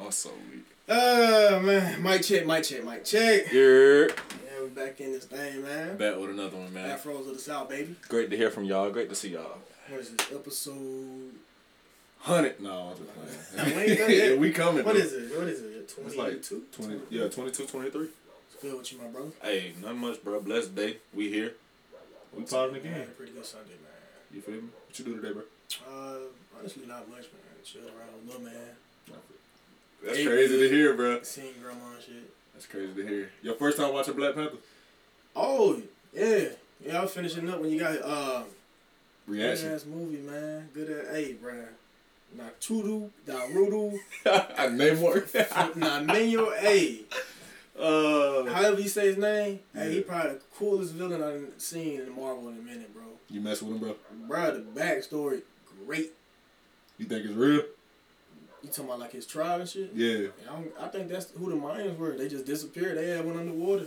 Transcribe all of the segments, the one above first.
Oh, so weak. Oh man, mic check, mic check, mic check. You're Yeah, we back in this thing, man. back with another one, man. Afros of the South, baby. Great to hear from y'all. Great to see y'all. What is this episode? Hundred. No, I'm just playing. We ain't done yet. Yeah, we coming. What though. is it? What is it? It's Twenty-two. like 20, yeah, 22, 23. Good with you, my brother. Hey, not much, bro. Blessed day. We here. We popping Yeah, again. pretty good Sunday, man. You feel me? What you do today, bro? Uh, honestly, not much, man. Chill around, little man. That's Hey. crazy to hear, bro. Seeing grandma and shit. That's crazy to hear. Your first time watching Black Panther? Oh yeah, yeah. I was finishing up when you got here. Um, good Reaction. ass movie, man. Good ass. Hey, bruh. Naruto, Naruto, I name more. Namenyo, hey. uh, However you say his name, hey, he Yeah. probably the coolest villain I've seen in Marvel in a minute, bro. you mess with him, bro. Bro, the backstory, great. You think it's real? You talking about like his tribe and shit? Yeah. I, don't, I think that's who the Mayans were. They just disappeared. They had one underwater.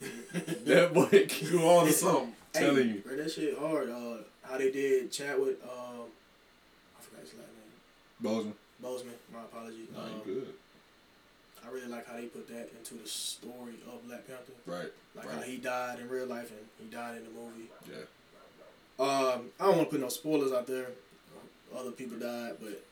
That boy you on to something. Telling you. Bro, that shit hard. Uh, how they did chat with, um, I forgot his last name. Bozeman. Bozeman, my apologies. No, Um, you good. I really like how they put that into the story of Black Panther. Right. Like how Right. he died in real life and he died in the movie. Yeah. Um, I don't want to put no spoilers out there. Other people died, but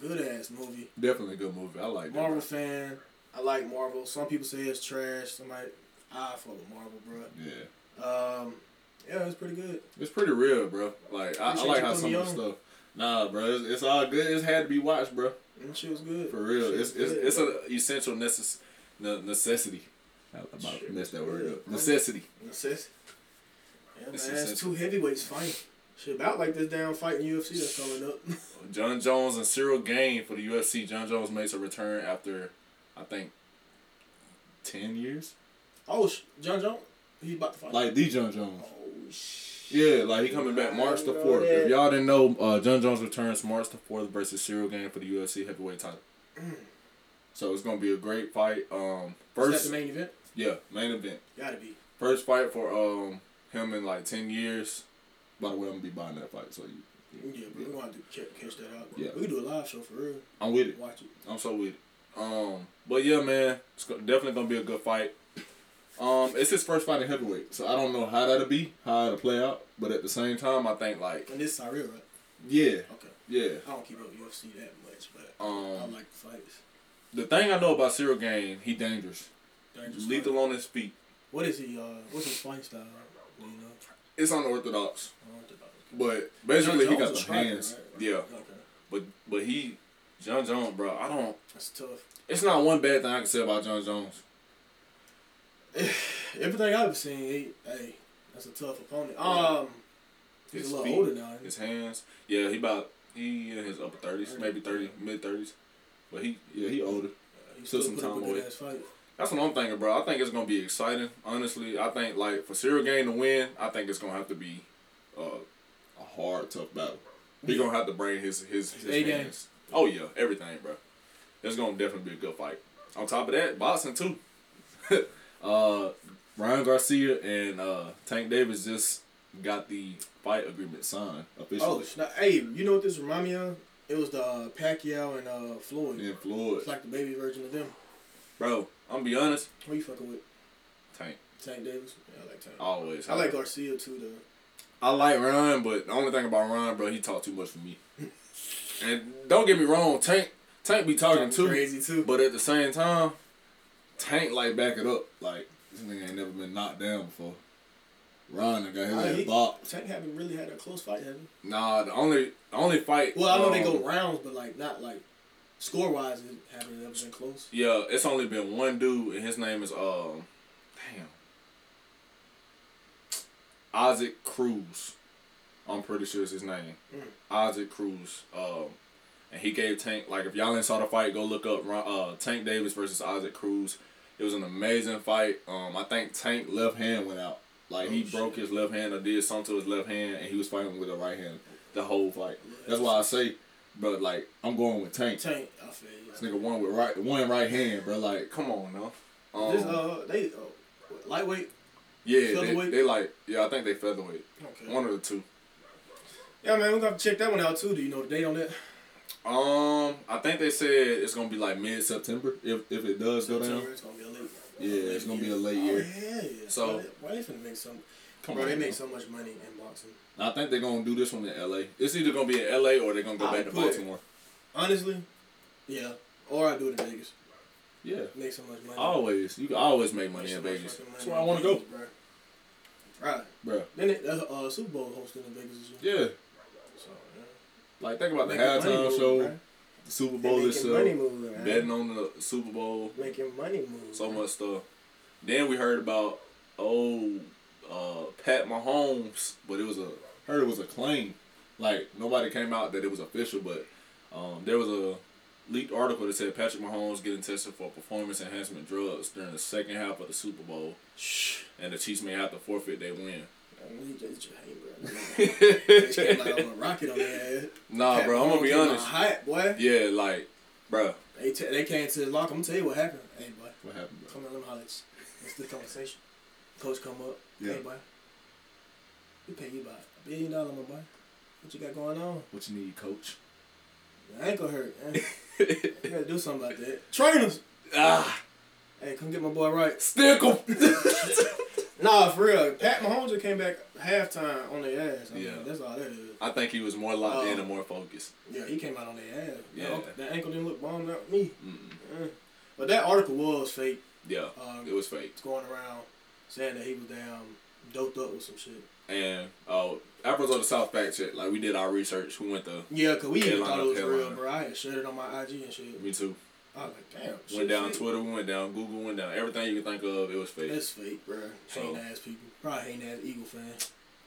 good ass movie. Definitely a good movie. I like that. Marvel fan. I like Marvel. Some people say it's trash. Somebody, I fuck with Marvel, Yeah. bro. Um, yeah, it's pretty good. It's pretty real, bro. Like I, I Appreciate like you how putting some me of the on. stuff. Nah, bro, it's, it's all good. It's had to be watched, bro. And shit was good. For real, Shit it's was it's, good, it's bro. an essential necess- ne- necessity. I about Shit. messed that word up. Yeah. Necessity. Necessity. Yeah, It's man, it's necessity. two heavyweights fighting. Shit, about like this damn fight in UFC that's coming up. John Jones and Cyril Gain for the UFC. John Jones makes a return after, I think, ten years. oh, sh- John Jones, he about to fight. Like the John Jones. oh shit. Yeah, like he coming back March the I know fourth. If that. y'all didn't know, uh, John Jones returns March the fourth versus Cyril Gain for the UFC heavyweight title. So it's gonna be a great fight. Um, First, Is first, that the main event? yeah, main event. Gotta be. First fight for um him in like ten years. By the way, I'm gonna be buying that fight, so you, Yeah, but we're gonna have to ca- catch that out. Yeah. We can do a live show for real. I'm with it. Watch it. I'm so with it. Um, but yeah, man, it's go- definitely gonna be a good fight. Um, it's his first fight in heavyweight, so I don't know how that'll be, how it'll play out. But at the same time, I think like And this is Cyril, right? yeah, Okay. yeah. I don't keep up with UFC that much, but I Um, like the fights. the thing I know about Cyril Game, he dangerous, Dangerous lethal fight. on his feet. What is he? Uh, what's his fighting style? Do you know? It's unorthodox, I don't know. but basically John he got Jones the a striker, hands. right? Yeah, Okay. but but he, John Jones, bro. I don't. That's tough. It's not one bad thing I can say about John Jones. Everything I've seen, he, hey, that's a tough opponent. Um, he's His a little feet, older now. His hands, yeah, he about he in his upper thirties, maybe thirty, mid thirties, but he yeah he older. He took still some put up time a good away. ass fight. That's what I'm thinking, bro. I think it's gonna be exciting. Honestly, I think like for Cyril Gain to win, I think it's gonna have to be uh, a hard, tough battle. He gonna have to bring his his his A game. hands. Oh yeah, everything, bro. It's gonna definitely be a good fight. On top of that, boxing too. uh, Ryan Garcia and uh, Tank Davis just got the fight agreement signed Oh, officially. snap. hey, you know what this remind me of? It was the uh, Pacquiao and uh, Floyd. and Floyd, It's like the baby version of them. bro. I'm gonna be honest. Who you fucking with? Tank Tank Davis. Yeah, I like Tank. always. I like Garcia too, though. I like Ron, but the only thing about Ron, bro, he talk too much for me. and don't get me wrong, Tank Tank be talking He's too, crazy too. but at the same time, Tank like back it up. Like this nigga ain't never been knocked down before. Ron done got his Nah, ass he- bopped. Tank haven't really had a close fight, have he? Nah, the only the only fight. Well, I know they um, go rounds, but like not like score wise, it haven't ever been close. Yeah, it's only been one dude, and his name is um, damn, Isaac Cruz. I'm pretty sure is his name, Mm. Isaac Cruz. Um, and he gave Tank like if y'all ain't saw the fight, go look up Ron- uh Tank Davis versus Isaac Cruz. It was an amazing fight. Um, I think Tank left hand went out. Like he Oh, shit. broke his left hand or did something to his left hand, and he was fighting with a right hand the whole fight. That's why I say, bro, like I'm going with Tank. Tank, I feel you. This nigga one with right one right hand, bro. Like, come on now. Um, This, uh, they uh, what, lightweight. yeah, they, featherweight? they like yeah, I think they featherweight. Okay. One of the two. Yeah, man, we're gonna have to check that one out too. Do you know the date on that? Um, I I think they said it's gonna be like mid September if if it does go down. September, it's gonna be a late. Yeah, it's gonna be a late oh, year. Yeah, yeah. So- why, they- why they finna make some? Come bro, on, they bro. make so much money in boxing. I think they're gonna do this one in LA. It's either gonna be in LA or they're gonna go I back to would put it. Baltimore. Honestly, yeah. Or I do it in Vegas. Yeah, Make so much money. always you can always make money Make so in much Vegas. fucking money That's where I in want to go, Vegas, bro. Right. bro. Then it, uh, uh, Super Bowl hosted in Vegas as well. Yeah, So, yeah. like think about the Making money halftime move, show, bro. the Super They Bowl making money itself, move, right? betting on the Super Bowl, Making money move. so much stuff. Then we heard about oh uh, Pat Mahomes, but it was a heard it was a claim. Like nobody came out that it was official, but um, there was a leaked article that said Patrick Mahomes getting tested for performance enhancement drugs during the second half of the Super Bowl, Shh. and the Chiefs may have to forfeit their win. I mean, you just you hate, bro. They came out on a rocket on their head. nah, bro, I'm gonna be Came out honest. Hot boy. Yeah, like, bro, They t- they came to the locker. I'm gonna tell you what happened. Hey boy, what happened, bro? come on, them hollers. It's the conversation. Coach come up. Yeah. Hey boy, we pay you about a billion dollars, my boy. What you got going on? What you need, coach? My ankle hurt. Man. you gotta do something about that. Trainers. ah, Hey, come get my boy right. stickle. Nah, for real. Pat Mahomes just came back halftime on their ass. I Yeah. Mean, that's all that is. I think he was more locked in Oh. and more focused. Yeah, he came out on their ass. Yeah. That, uncle- that ankle didn't look bombed out to me. Mm-mm. Eh. But that article was fake. Yeah, Um, it was fake. it's going around saying that he was down, doped up with some shit. And uh, Apples on the South fact check. Like we did our research. We went to Yeah, cause we even Carolina, thought it was real, Carolina. bro. I had shared it on my IG and shit. me too. I was like, damn. shit, Went down fake. Twitter. We went down Google. Went down everything you can think of. It was fake. That's fake, bro. So- Hating ass people. Probably hating ass Eagle fan.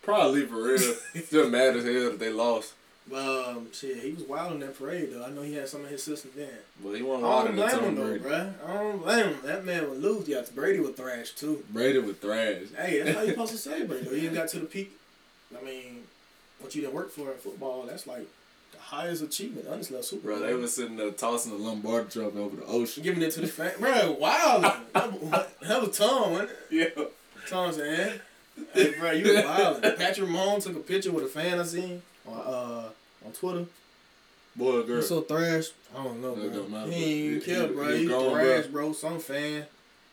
Probably for real. Just mad as hell that they lost. But um, shit, he was wild in that parade though. I know he had some of his sisters there. But he wasn't I wilder don't than blame Tom him though, Brady. bro. I don't blame him. That man would lose. Yeah, Brady would thrash too. Brady was trash. Hey, that's how you supposed to celebrate. Though. You done got to the peak. I mean, what you didn't work for in football, that's like the highest achievement. Honestly, a Super Bro, Bowl. they was sitting there tossing the Lombardi trophy over the ocean. giving it to the fan. Bro, wild. that that was Tom, wasn't it? Yeah. Tom said, eh? hey, bro, you wild. Patrick Mahomes took a picture with a fan I seen on, uh, on Twitter. Boy, or girl. He's so thrashed. I don't know, That bro. don't matter, He ain't even but he- care, he- bro. he He grown, thrashed, bro. Some fan.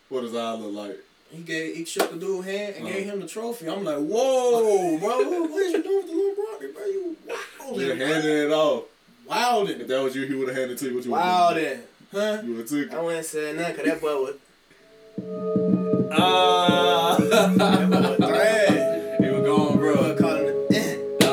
what does I look like? He gave he shook the dude hand and Uh-huh. gave him the trophy. I'm like, whoa, Oh, bro, what, what you doing with the little broccoli, bro? You You wildin', handed it off. If wildin', that was you, he would have handed it to you. What you would've wildin', huh? done. You would have took it. wouldn't say nothing because that boy was Ah. was trash. he was That boy gone, bro. called him the Ah.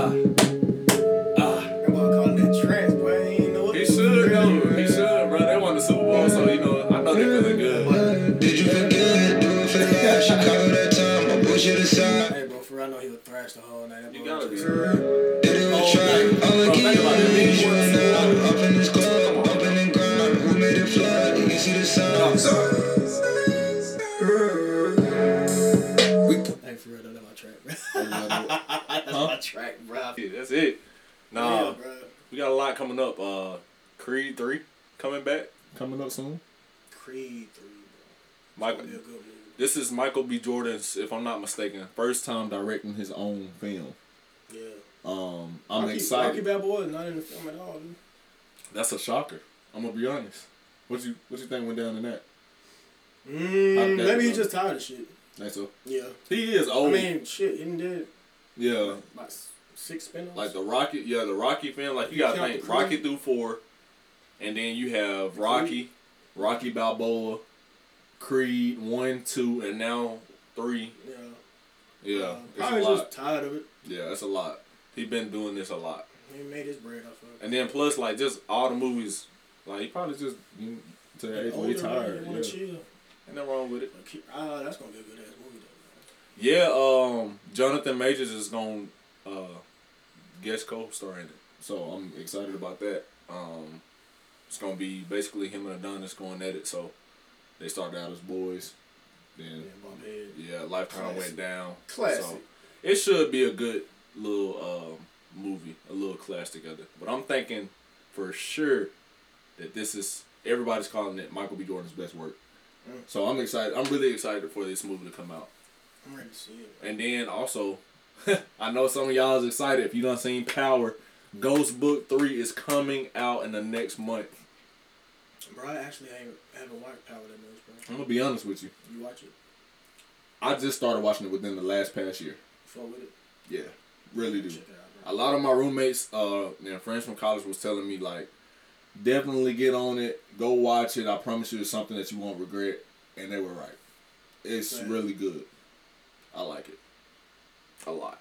Ah. that boy called him that trash, bro. He ain't know what He should, though. He should, bro. They won the Super Bowl, so, you know, I know they're feeling good. Did you forget? Do it for life. Chicago that time. I push it aside. Hey, bro, for real, I know he was thrashed the whole night. That You boy gotta was be. trash. Did it with try. I'ma Bro, give think you about it. a reason. He was Now wild. Up in this club, up in the ground. Who made it fly? You can see the signs. Hey, for real, though, that my track, bro. That's Huh? my track, bro. Yeah, That's it. Nah, Yeah, bro. we got a lot coming up. Uh, Creed 3 coming back. Coming up soon. Creed 3, bro. Michael, That'd be a good movie. this is Michael B. Jordan's, if I'm not mistaken, first time directing his own film. Yeah. Um, I'm Rocky, Rocky excited. Balboa is not in the film at all, dude. That's a shocker. I'm gonna be honest. What you what you think went down in that? Mm, that maybe is he's a- just tired of shit. Like so. Yeah. He is old. I mean, shit, he done did yeah. like s- six spin-offs. Like the Rocky, yeah, the Rocky film. Like you, You gotta count think the Rocky Creed. through four, and then you have Rocky, Rocky Balboa, Creed one, two, and now three. yeah. Yeah, Uh, it's a probably lot. just tired of it. Yeah, that's a lot. He been doing this a lot, He made his bread off of it. and then plus like just all the movies, like he probably just you, to the age where he Older, man, tired. he Yeah. wanna chill. Ain't nothing wrong with it. But keep, ah, that's gonna be a good ass movie though. Yeah, um, Jonathan Majors is going to uh, guest co-star in it, so I'm excited about that. Um, it's gonna be basically him and Adonis going at it. So they started out as boys, then Man, bump head. yeah, Lifetime went Classic. down. So Classic. it should be a good little um, movie, a little clash together. But I'm thinking for sure that this is everybody's calling it Michael B. Jordan's best work. Mm. So I'm excited. I'm really excited for this movie to come out. I'm ready to see it. And then also, I know some of y'all is excited. If you done seen Power, Ghost Book 3 is coming out in the next month. Bro, I actually ain't haven't watched Power that much, bro. I'm gonna be honest with you. You watch it? I just started watching it within the last past year. Fuck with it. Yeah, really do. Check it out, A lot of my roommates uh, and friends from college was telling me like, definitely get on it, go watch it. I promise you, it's something that you won't regret, and they were right. It's Right. really good. I like it a lot.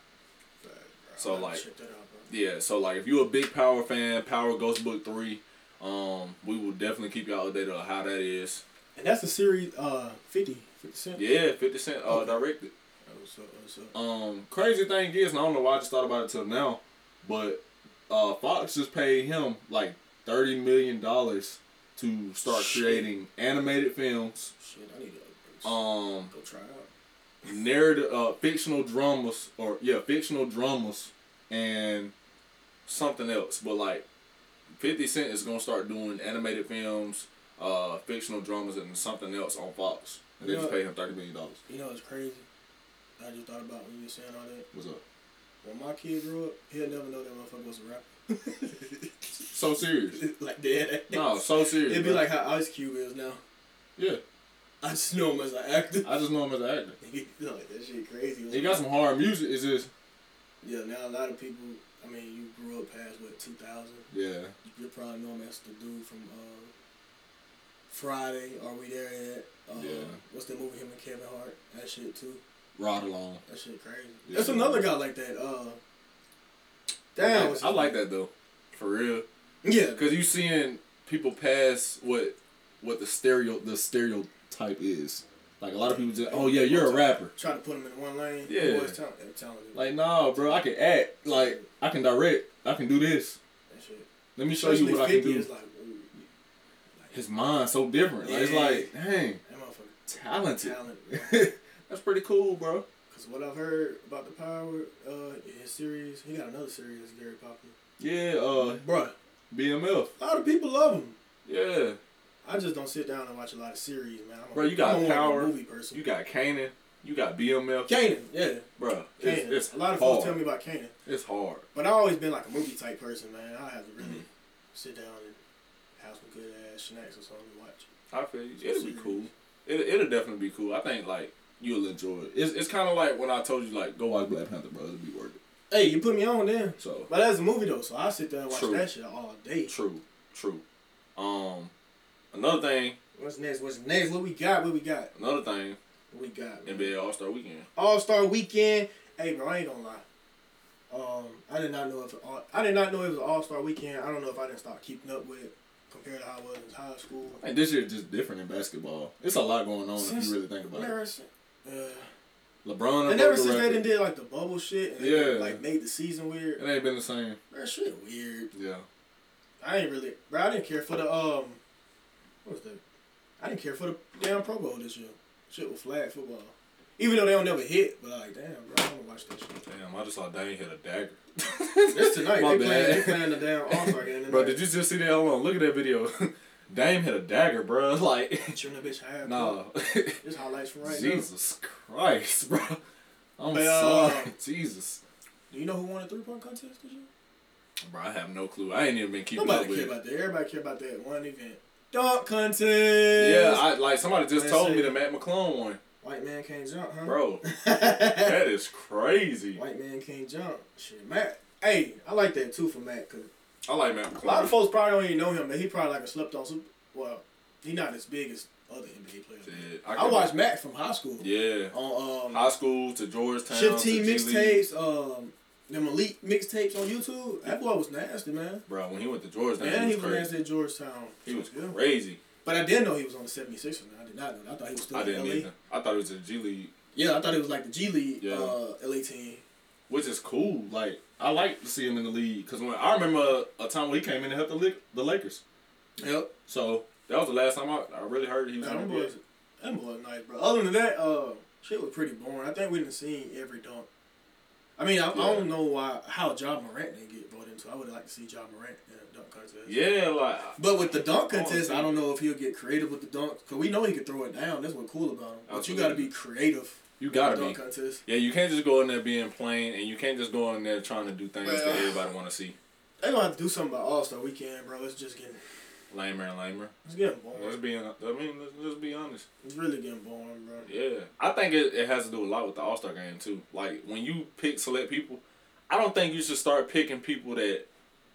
bro. Fuck, bro. So, I'm gonna like- check that out, bro. Yeah, so like if you're a big Power fan, Power Ghost Book three, um, we will definitely keep y'all updated on how that is. And that's the series uh 50, 50 cent. Yeah, Fifty Cent uh, directed. Oh, what's up, what's up? Um, crazy thing is, and I don't know why I just thought about it till now, but uh, Fox just paid him like thirty million dollars to start Shit. creating animated films, Shit, I need to uh, um, go try it out. narrative, uh, fictional dramas, or yeah, fictional dramas, and something else. But like, Fifty Cent is gonna start doing animated films, uh, fictional dramas, and something else on Fox. And they just Yeah. paid him thirty million dollars. You know, it's crazy. I just thought about when you were saying all that. What's up? When my kid grew up, he'll never know that motherfucker was a So serious. rapper. like dead. No, so serious. It'd be bro. like how Ice Cube is now. yeah. I just know him as an actor. I just know him as an actor. like, that shit crazy. He got some hard music. It's just Yeah, now a lot of people. I mean, you grew up past what 2000. yeah, You probably know him as the dude from uh, Friday. Are we there yet? Uh, Yeah. What's that movie? Him and Kevin Hart. That shit too. ride along. That shit crazy. Yeah. That's another guy like that. Uh, I damn. like- what's I his like name? that though, for real. Yeah. Cause you seeing people pass what what the stereo the stereotype is. Like a lot of people just oh yeah you're a rapper. Try to put him in one lane. Yeah. Boy, it's talent, it's talented. Like nah bro I can act. Like I can direct. I can do this. that shit. Let me show you Especially what I can 50 do. is Like, ooh, His mind's so different. Like, it's Yeah. like dang that motherfucker talented. talent. That's pretty cool, bro. Cause what I've heard about the power, uh, his series, he got another series, Gary Poppins. Yeah, uh, Bruh, BMF. a lot of people love him. Yeah, I just don't sit down and watch a lot of series, man. I'm a, Bruh, you got I'm a Power. movie person. you got Kanan. You got BMF, Kanan, yeah, bro. Kanan. It's, it's a lot of hard. folks tell me about Kanan, It's hard. but I've always been like a movie type person, man. I have to really sit down and have some good ass snacks or something to watch. I feel you. It'll be cool. It, it'll definitely be cool. I think like you'll enjoy it. It's, it's kind of like when I told you like go watch Black Panther, bro. It'll be worth it. Hey, you put me on then. So But that's a movie though, so I sit there and watch True. that shit all day. true, true. Um, another thing, What's next? What's next? What we got? What we got? another thing. What we got? man? NBA All Star Weekend. All Star Weekend. Hey, bro, I ain't gonna lie. Um, I did not know if all, I did not know it was All Star Weekend. I don't know if I didn't start keeping up with it compared to how I was in high school. I think this year is just different in basketball. It's a lot going on if Since- you really think about it. Never sin- Uh, LeBron and and ever never since the they record, done did like the bubble shit and Yeah. yeah. like made the season weird, it ain't been the same. bro, shit weird. Yeah, I ain't really, bro. I didn't care for the um, what was that? I didn't care for the damn Pro Bowl this year. Shit was flag football. Even though they don't never hit, but like, damn, bro, I don't watch that shit. damn. I just saw Dane hit a dagger. This tonight. My they, playing, they bad. playing the damn All Star game. Bro, did you just see that? Hold on, look at that video. Dame hit a dagger, bro. Like, Turn the bitch half. nah. This highlights from right now. Jesus Christ, bro. I'm But, uh, sorry. Jesus. Do you know who won the three point contest this year? Bro, I have no clue. I ain't even been keeping up Nobody with care it. about that. Everybody care about that one event. Dunk contest. Yeah, I, like somebody just Let's told me see. the Matt McClone one. White man can't jump, huh? Bro, that is crazy. White man can't jump. Shit, Matt. Hey, I like that too for Matt. Cause I like Matt a lot of McClone. folks probably don't even know him, but he probably like a slept on. Super, well, he not as big as other NBA players. Shit, I, can- watched Matt from high school. Yeah. On um, High school to Georgetown. Shift to Team G League. mixtapes, um, them elite mixtapes on YouTube. That boy was nasty, man. Bro, when he went to Georgetown, and he he was was crazy. nasty at Georgetown. He was Yeah. crazy. But I did know he was on the 76ers. Man. I did not know. that. I thought he was still I in didn't LA. either. I thought it was a G League, Yeah, I thought it was like the G League Yeah. uh, LA team. which is cool. Like, I like to see him in the league. Because when I remember a time when he came in and helped the, Lick- the Lakers. Yep. So, that was the last time I, I really heard he was Nah, in them the NBA. boys, them boys nice, bro. Other than that, uh, shit was pretty boring. I think we didn't seen every dunk. I mean, I, I don't know why how John Morant didn't get brought into. I would like to see John Morant in a dunk contest. Yeah, like But with the dunk I wanna contest, see- I don't know if he'll get creative with the dunk. Cause we know he can throw it down. That's what's cool about him. But you gotta Absolutely. be creative. you gotta dunk be. contest. Yeah, you can't just go in there being plain, and you can't just go in there trying to do things Well. that everybody want to see. They gonna have to do something about All Star Weekend, bro. It's just getting lamer and lamer. It's getting boring. Let's be, I mean, let's, let's be honest. It's really getting boring, bro. Yeah, I think it, it has to do a lot with the All Star game too. Like when you pick select people, I don't think you should start picking people that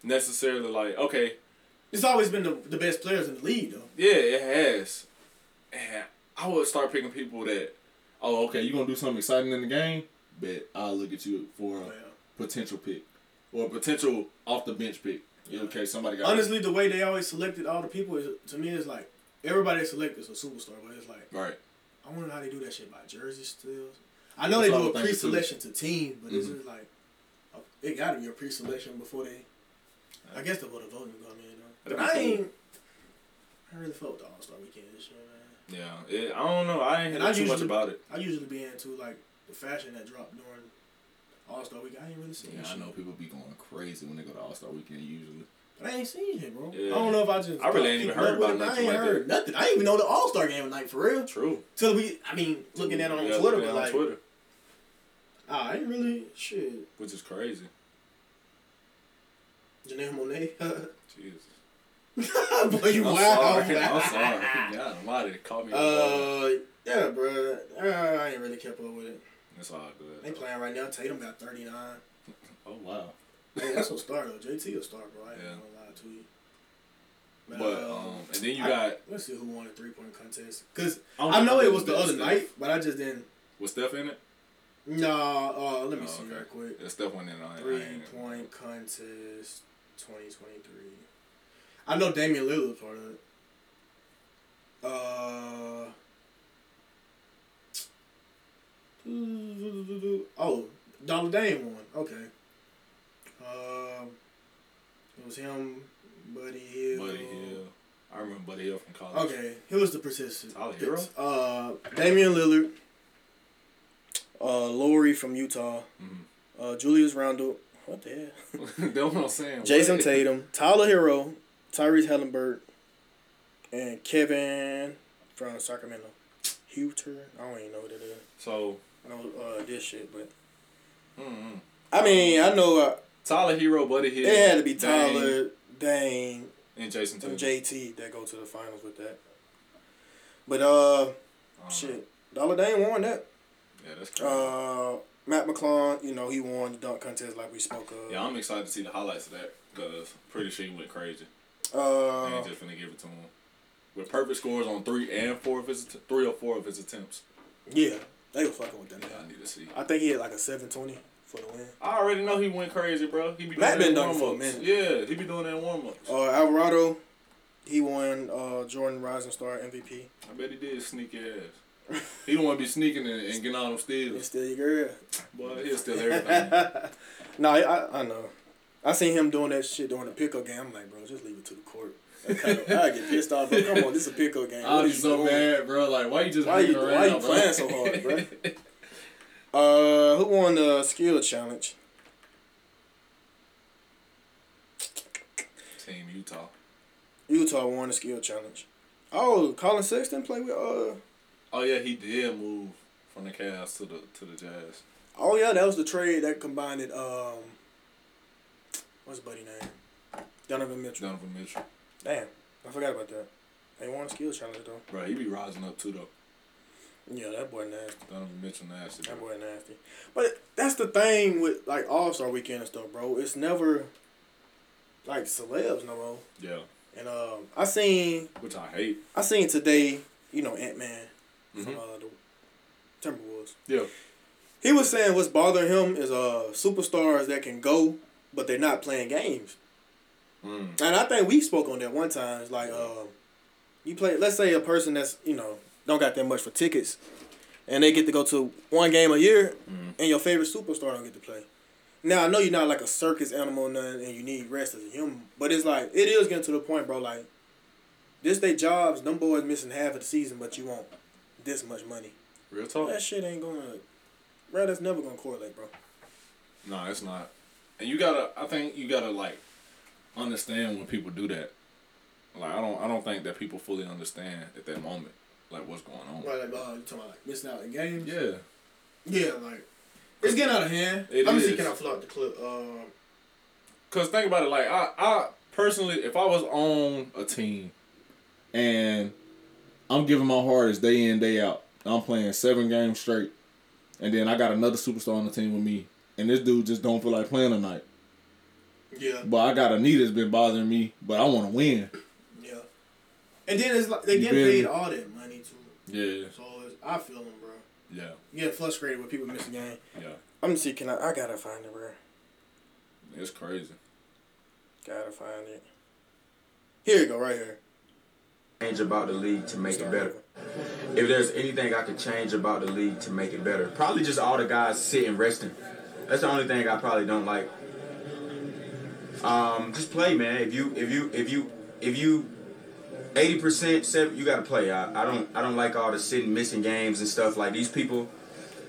necessarily like. Okay, It's always been the, the best players in the league, though. yeah, it has. And I would start picking people that. Oh, okay, you gonna do something exciting in the game? Bet I'll look at you for Yeah. a potential pick or a potential off the bench pick. Yeah. Okay, somebody got Honestly, the way they always selected all the people is to me is like everybody they select is a superstar, but it's like right. I wonder how they do that shit by jersey stills. I know they That's what do a I was thinking, too. pre-selection to team, but this Mhm. is like a- it got to be a pre-selection before they. I guess the vote of voting come in. That'd Though. be I cool. ain't. I really felt the All Star Weekend this year, man. Yeah, it, I don't know. I ain't And heard I too much usually- about it. I usually be into like the fashion that dropped during All Star Week. I ain't really seen. Yeah, that I shit. know people be going crazy when they go to All Star Weekend. Usually, But I ain't seen it, bro. Yeah. I don't know if I just. I really ain't even keeping heard up with about it, but nothing I ain't like heard nothing. I didn't even know the All Star game night for real. true. Till we, I mean, looking at it on Yeah, Twitter, looking at but it like, Twitter, ah, I ain't really shit. which is crazy. Janelle Monet. Jesus. Boy, you I'm wild. sorry. I'm sorry. God, why did it call me? Uh, yeah, bro. Uh, I ain't really kept up with it. it's all good. They playing right now. Tatum got thirty nine. Oh wow. Man, that's a star though. JT a star, bro. I ain't Yeah. gonna lie to you. But uh, um, and then you I- got. let's see who won the three point contest. Cause I, don't I think know I it did was the that other Steph. night, but I just didn't. Was Steph in it? Nah. Uh, let me Oh, see okay. real quick. Yeah, Steph went in on it. I Three ain't- point contest, twenty twenty three. I know Damian Lillard was part of it. Uh. Oh, Dollar Dame won. Okay. Um, it was him, Buddy Hill. Buddy Hill. I remember Buddy Hill from college. Okay, who was the participant? Tyler Hero? Uh, Damian Lillard. Uh, Lori from Utah. Mm-hmm. Uh, Julius Randle. What the hell? That's what I'm saying. Jason What? Tatum, Tyler Hero, Tyrese Halliburton, and Kevin from Sacramento. Huter. I don't even know what it is. So, I know uh, this shit, but mm-mm. I mean, I know uh, Tyler Hero, Buddy Hill. it had to be Dame, Mm. Tyler, Dane, and Jason Tatum. and JT that go to the finals with that. But uh, Uh, shit, Dollar Dane won that. Yeah, that's crazy. Uh, Matt McClung, you know, he won the dunk contest like we spoke of. yeah, I'm excited to see the highlights of that because pretty sure he went crazy. I Uh, ain't just finna give it to him. With perfect scores on three and four of his att- three or four of his attempts. yeah, they were fucking with that. Yeah, nigga. I need to see. I think he had like a seven twenty for the win. I already know he went crazy, bro. He be doing Matt that been in dunking for a warm-ups. minute. Yeah, he be doing that in warm ups. Uh, Alvarado, he won uh, Jordan Rising Star MVP. I bet he did sneaky ass. He don't want to be sneaking and, and getting all them It's steals. still your girl. Boy, he'll steal everything. Nah, I, I, I know. I seen him doing that shit during the pickup game. I'm like, bro, just leave it to the court. I get pissed off. But come on, this is a pickup game. I'll What be are you so doing? mad, bro. Like, why you just Why you- hanging why you around, playing so hard, bro? Uh, who won the skill challenge? Team Utah. Utah won the skill challenge. Oh, Colin Sexton played with uh. Oh yeah, he did move from the Cavs to the to the Jazz. Oh yeah, that was the trade that combined it. Um, what's buddy name? Donovan Mitchell. Donovan Mitchell, Damn, I forgot about that. They won a skill challenge though. bro. He be rising up too though. Yeah, that boy nasty. Donovan Mitchell nasty. That Bro. boy nasty. But that's the thing with like All Star Weekend and stuff, bro. It's never like celebs no more. Yeah, And um, I seen which I hate. I seen today, you know, Ant Man from Mhm. uh, the Timberwolves. Yeah, He was saying what's bothering him is uh superstars that can go, but they're not playing games. Mm. And I think we spoke on that one time. It's like, uh, you play. Let's say a person that's you know don't got that much for tickets, and they get to go to one game a year, and your favorite superstar don't get to play. Now I know you're not like a circus animal or nothing, and you need rest as a human, but it's like it is getting to the point, bro. Like, this they jobs, them boys missing half of the season, but you want this much money. real talk. That shit ain't gonna, bro. That's never gonna correlate, bro. No, it's not. And you gotta. I think you gotta like understand when people do that. Like I don't. I don't think that people fully understand at that moment, like what's going on. Right, like, uh, you talking about like missing out in games? Yeah. Yeah, like it's getting out of hand. It I'm is. just can I flood the clip. Um, Cause think about it, like I, I personally, if I was on a team and I'm giving my hardest day in, day out, I'm playing seven games straight, and then I got another superstar on the team with me, and this dude just don't feel like playing tonight. Yeah, But I got a knee that's been bothering me, but I want to win. yeah. And then it's like they You get feel me? paid all that money too. Yeah, So it's, I feel them, bro. yeah, You get frustrated when people miss a game. yeah. I'm just can I, I gotta find it, bro. It's crazy. Gotta find it. Here you go, right here. change about the league to make it better. If there's anything I could change about the league to make it better, probably just all the guys sitting resting. That's the only thing I probably don't like. Um, just play, man. If you if you if you if you eighty percent seven, you gotta play. I, I don't I don't like all the sitting missing games and stuff like these people.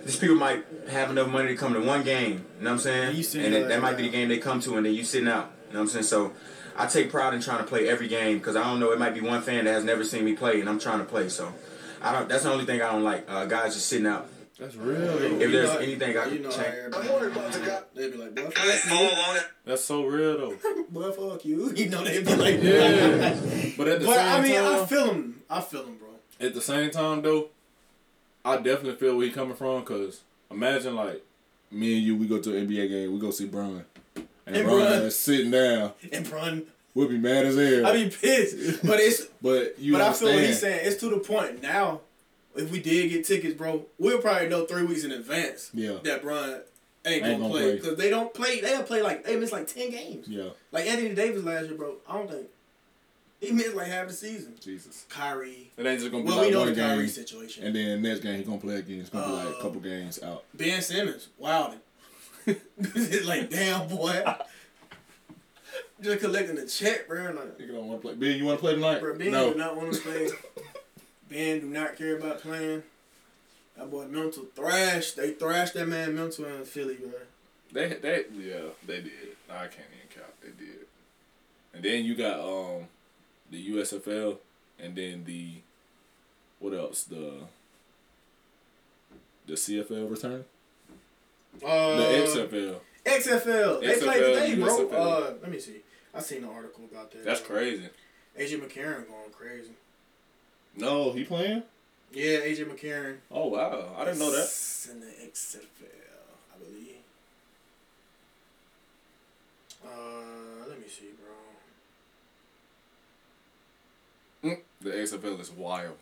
These people might have enough money to come to one game. You know what I'm saying? You sitting and out, that, that might be the yeah. game they come to, and then you sitting out. You know what I'm saying? So I take pride in trying to play every game because I don't know. It might be one fan that has never seen me play, and I'm trying to play. So I don't. That's the only thing I don't like. Uh, guys just sitting out. That's real. If You there's know- anything I you could know how change, everybody- They'd be like, boy, 哎 fuck That's so real though. you. boy, fuck you. You know, they'd be like, Yeah. But at the But same I mean, time, I feel them. I feel them, bro. at the same time though, I definitely feel where he coming from. Cause imagine like me and you, we go to an NBA game, we go see Bron, and, And Bron, Bron. is sitting down. And Brun, We'll be mad as hell. I be pissed. But it's but you but I feel understand? what he's saying. It's to the point now. If we did get tickets, bro, we'll probably know three weeks in advance Yeah. that Brun ain't gonna, Ain't gonna play play. because they don't play. They don't play like they missed like ten games. Yeah, Like Anthony Davis last year, bro. I don't think he missed like half the season. Jesus. Kyrie. It ain't just gonna be Well, like we know one the Kyrie game, situation. and then next game he gonna play again. It's gonna be like Uh, a couple games out. ben Simmons, wilding. it's like damn boy, just collecting a check, bro. and Like, Nigga don't want to play. Ben, you want to play tonight? Bro, Ben no. do not want to play. ben do not care about playing. That boy mental thrash. They thrashed that man mental in Philly, bro. They they yeah they did. I can't even count. They did. And then you got um the USFL and then the what else the the CFL return the Uh, XFL. XFL. They XFL, played today, bro. USFL. Uh, let me see. I seen an article about that. That's bro. crazy. AJ McCarron going crazy. No, he playing. Yeah, AJ McCarron. Oh wow, I didn't know that. It's in the XFL, I believe. Uh, let me see, bro. Mm. The XFL is wild.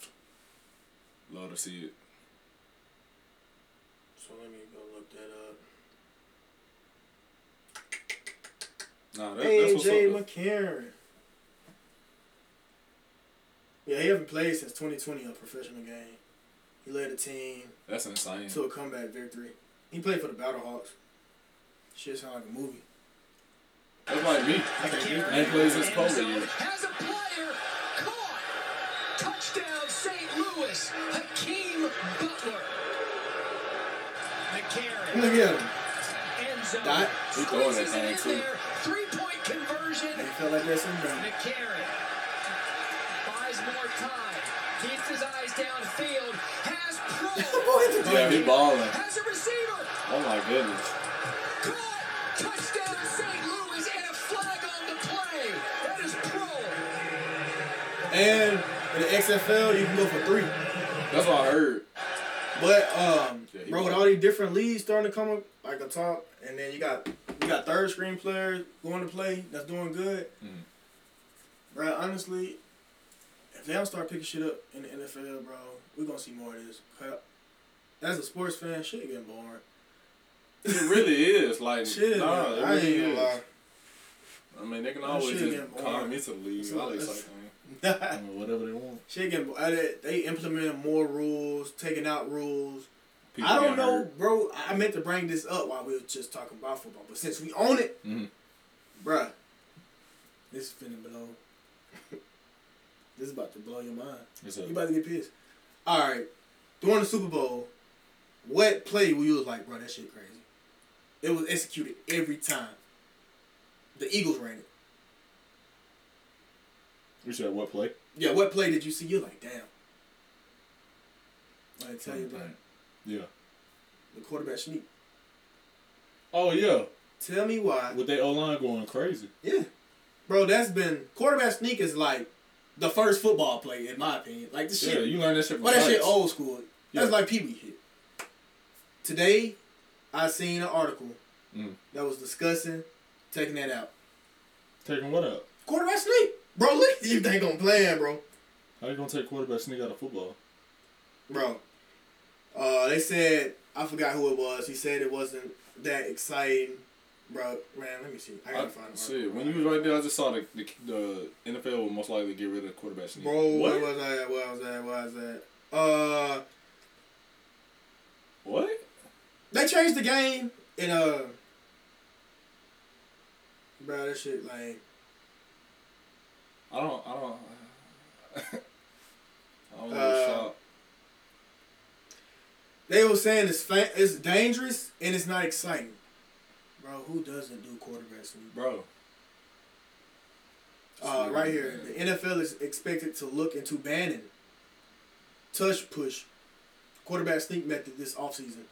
Love to see it. So let me go look that up. Nah, that, that's what's up. AJ though. McCarron. Yeah, he haven't played since 2020 a professional game. He led the team That's insane. to a comeback victory. He played for the Battlehawks. Shit sound like a movie. That's like me. I ain't played since COVID yet. Has a player caught. Touchdown St. Louis. Hakeem Butler. McCarron. Look at him. End zone. Dot. He throwing that Squeezes it thing, in too. there. Three-point conversion. They felt like that's in there. McCarron. Buys more time. Keeps his eyes downfield. Has pro. Yeah, he balling. Has a receiver. Oh my goodness. Caught. Touchdown St. Louis and a flag on the play. That is pro. And in the XFL, you can go for three. That's what I heard. But um, Yeah, he bro, with all these different leagues starting to come up, like the top, and then you got you got third screen players going to play that's doing good. Mm. Bro, honestly, if they don't start picking shit up in the NFL, bro, we gonna see more of this. 'Cause As a sports fan, shit getting boring. It really is. Like, Shit, nah, bro, it I really ain't gonna is. lie. I mean, they can That always shit just getting boring. call me to the league. It's I like- just it's- like, I mean, whatever they want. shit getting bo- I- they- They implementing more rules, taking out rules. People I don't getting know, hurt. bro. I meant to bring this up while we were just talking about football, but since we own it, Mhm. bruh, this is finna blow. this is about to blow your mind. What's You up? about to get pissed. All right, during the Super Bowl, what play were you was like, bro? That shit crazy. It was executed every time. The Eagles ran it. You said what play? Yeah, what play did you see? You're like, damn. I tell you about Yeah. the quarterback sneak. Oh, yeah. Tell me why. With their O line going crazy. Yeah. Bro, that's been quarterback sneak is like the first football play in my opinion. Like the shit, Yeah, you learn that shit from but that shit Pikes. old school. That's Yeah. like Pee Wee shit. Today, I seen an article Mm. that was discussing taking that out. Taking what out? Quarterback sneak, bro. Look at you think I'm playing, bro. How you gonna take quarterback sneak out of football? Bro, uh, they said I forgot who it was. He said it wasn't that exciting, bro. Man, let me see. I gotta I, find see, it. when you was right there, I just saw the, the the NFL will most likely get rid of quarterback sneak. Bro, what? what? was that? What was that? What was that? Uh, What? they changed the game in uh, bro, that shit like I don't. I don't. I don't know. Uh, shop. they were saying it's fa- it's dangerous and it's not exciting. Bro, who doesn't do quarterback sneak? bro. Uh, Sneak, right here, man. the NFL is expected to look into banning touch push quarterback sneak method this offseason.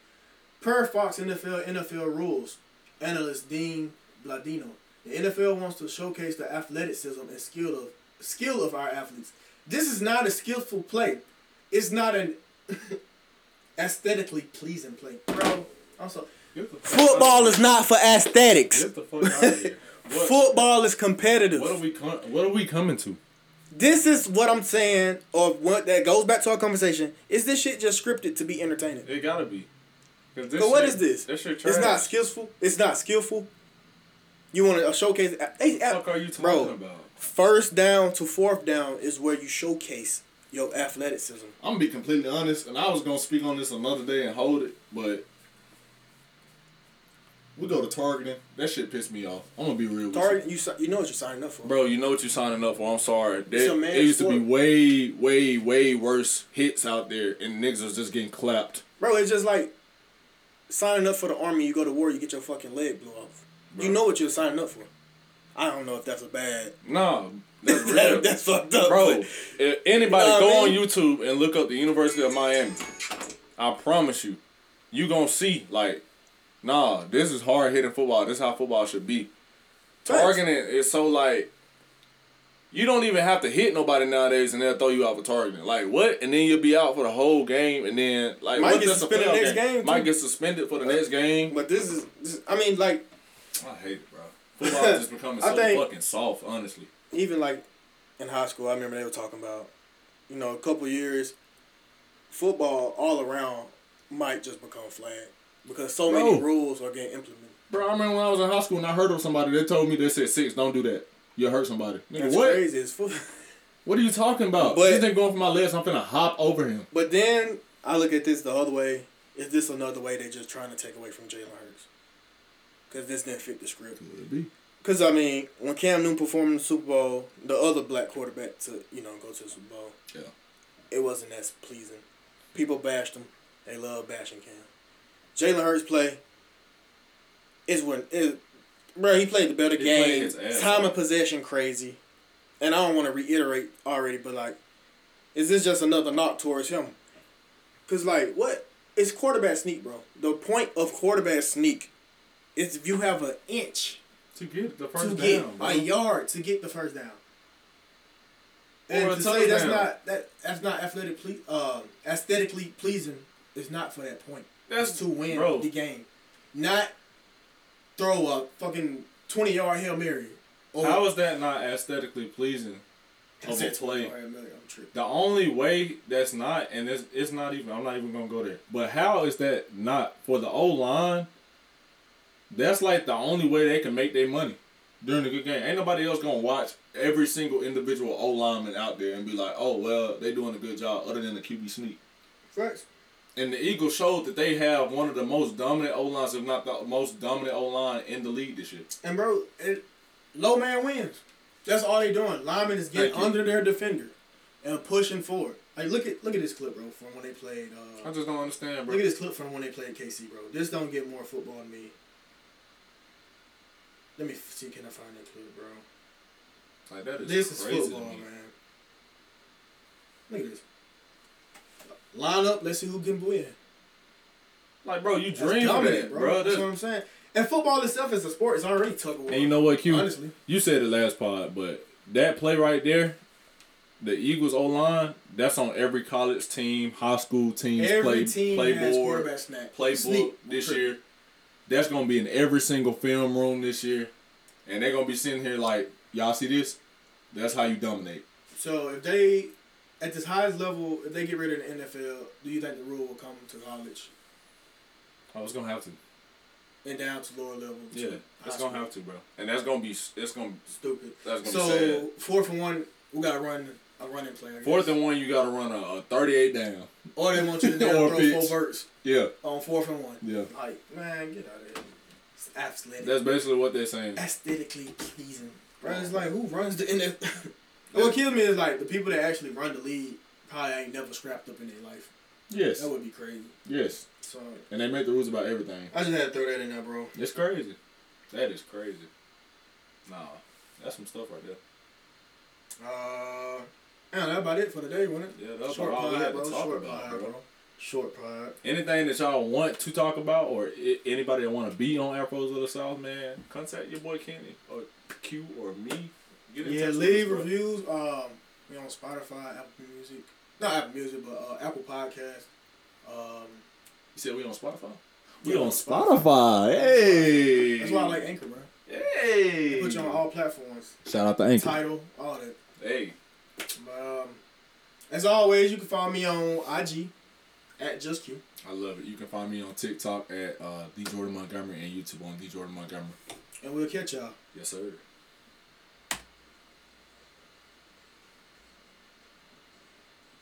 Per Fox NFL NFL rules, analyst Dean Bladino, the NFL wants to showcase the athleticism and skill of skill of our athletes. This is not a skillful play. It's not an aesthetically pleasing play, bro. I'm sorry. Get the fuck Football outta is not for aesthetics. here. Get the fuck out of here. What, Football is competitive. what are we? Com- what are we coming to? This is what I'm saying, or what that goes back to our conversation. Is this shit just scripted to be entertaining? It gotta be. 'Cause this But what shit- is this? This shit trash. It's not skillful. It's not skillful. You want to showcase? uh, Hey, What the fuck are you talking bro, about? First down to fourth down is where you showcase your athleticism. I'm gonna be completely honest, and I was gonna speak on this another day and hold it, but we go to targeting. That shit pissed me off. I'm gonna be real. with you. Target, you si- you know what you're signing up for, Bro, you know what you're signing up for. I'm sorry. It's a There, man's it used to be sport. way, way, way worse hits out there, and niggas was just getting clapped. Bro, It's just like signing up for the army. You go to war, you get your fucking leg blown off. You know what you're signing up for. I don't know if that's a bad. Nah, that's real. That, that's fucked up, Bro, but- if anybody You know go what I mean? on YouTube and look up the University of Miami. I promise you, you gonna see like, nah, this is hard hitting football. This is how football should be. Targeting is so like, you don't even have to hit nobody nowadays, and they'll throw you out for targeting. Like what? And then you'll be out for the whole game, and then like Might what get does a suspended playoff next game, too. Might get suspended for the next game. But this is, this, I mean, like I hate it, bro. Football is just becoming I so think- fucking soft. Honestly, even like in high school, I remember they were talking about, you know, a couple years, football all around might just become flag because so many Bro. rules are getting implemented. bro. I remember when I was in high school and I heard of somebody. They told me they said six. Don't do that. You'll hurt somebody. Nigga, That's what? crazy. It's foot- What are you talking about? But- this thing going for my legs. I'm finna hop over him. but then I look at this the other way. Is this another way they're just trying to take away from Jalen Hurts? Because this didn't fit the script. Because, I mean, when Cam Newton performed in the Super Bowl, the other black quarterback to, you know, go to the Super Bowl, Yeah. it wasn't as pleasing. People bashed him. They love bashing Cam. Jalen Hurts play is when it, bro. He played the better He played game. his ass Time off. of possession crazy, and I don't want to reiterate already, but like, is this just another knock towards him? Cause like, what? It's quarterback sneak, bro. The point of quarterback sneak is if you have an inch To get the to first get down, bro. a yard to get the first down. And Or a to say that's touchdown. not that that's not athletic ple- uh, aesthetically pleasing is not for that point. It's That's to win bro. the game, not throw a fucking twenty yard hail mary. Or How is Oh, that not aesthetically pleasing of a That's it. play? Alright, I'm tripping. The only way that's not, and it's, it's not even. I'm not even gonna go there. But how is that not for the O line? That's like the only way they can make their money during a good game. Ain't nobody else gonna watch every single individual O lineman out there and be like, oh well, they doing a good job, other than the QB sneak. Facts. And the Eagles showed that they have one of the most dominant O lines, if not the most dominant O line in the league this year. And bro, it, low man wins. That's all they doing. Lyman is getting Thank you. under their defender and pushing forward. Like look at look at this clip, bro, from when they played. Uh, I just don't understand, bro. Look at this clip from when they played KC, bro. This don't get more football than me. Let me f- see, can I find that clip, bro? Like that is This is crazy to football, me. man. Look at this. Line up, let's see who can win. Like, bro, you That's dream for dominant, that, bro. bro. That's That- what I'm saying. And football itself is a sport. It's already tug of war. And you know what, Q? Honestly. You said it last pod, but that play right there, the Eagles O line, that's on every college team, high school teams, Every play, team play has board, quarterback snack. playbook Sneak. this year. That's gonna be in every single film room this year, and they're gonna be sitting here like, y'all see this? That's how you dominate. So if they, at this highest level, if they get rid of the NFL, do you think the rule will come to college I was Oh, gonna have to. and down to lower levels? Yeah, that's That's gonna have to, bro. And that's gonna be. It's gonna. Stupid. That's gonna so be sad. fourth and one, we gotta run a running play. I guess. Fourth and one, you gotta run a, a thirty-eight down. or they want you to down Or throw picks. four verts Yeah, on fourth and one. yeah. Like man, get out of here. It's athletic. That's basically what they're saying. aesthetically pleasing. Bro, it's like who runs the NFL? what kills me is like the people that actually run the league probably ain't never scrapped up in their life. Yes, That would be crazy. yes. So And they make the rules about everything. I just had to throw that in there, bro. It's crazy. That is crazy. Nah, that's some stuff right there. Uh, yeah, that about it for today, wasn't it? Yeah, that's all we had to talk about, bro. Short pod. Anything that y'all want to talk about, or I- anybody that want to be on Afros of the South, man, contact your boy Kenny or Q or me. Get in Yeah, touch with leave us, bro. reviews. Um, we on Spotify, Apple Music, not Apple Music, but uh, Apple Podcast. Um, You said we on Spotify. Yeah, on Spotify. Hey. that's why I like Anchor, bro. Hey. Put you on all platforms, Shout out to Anchor. title, all that. Hey. Um, as always, you can find me on IG at Just Q. I love it. You can find me on TikTok at uh, D Jordan Montgomery and YouTube on D Jordan Montgomery. And we'll catch y'all. Yes, sir.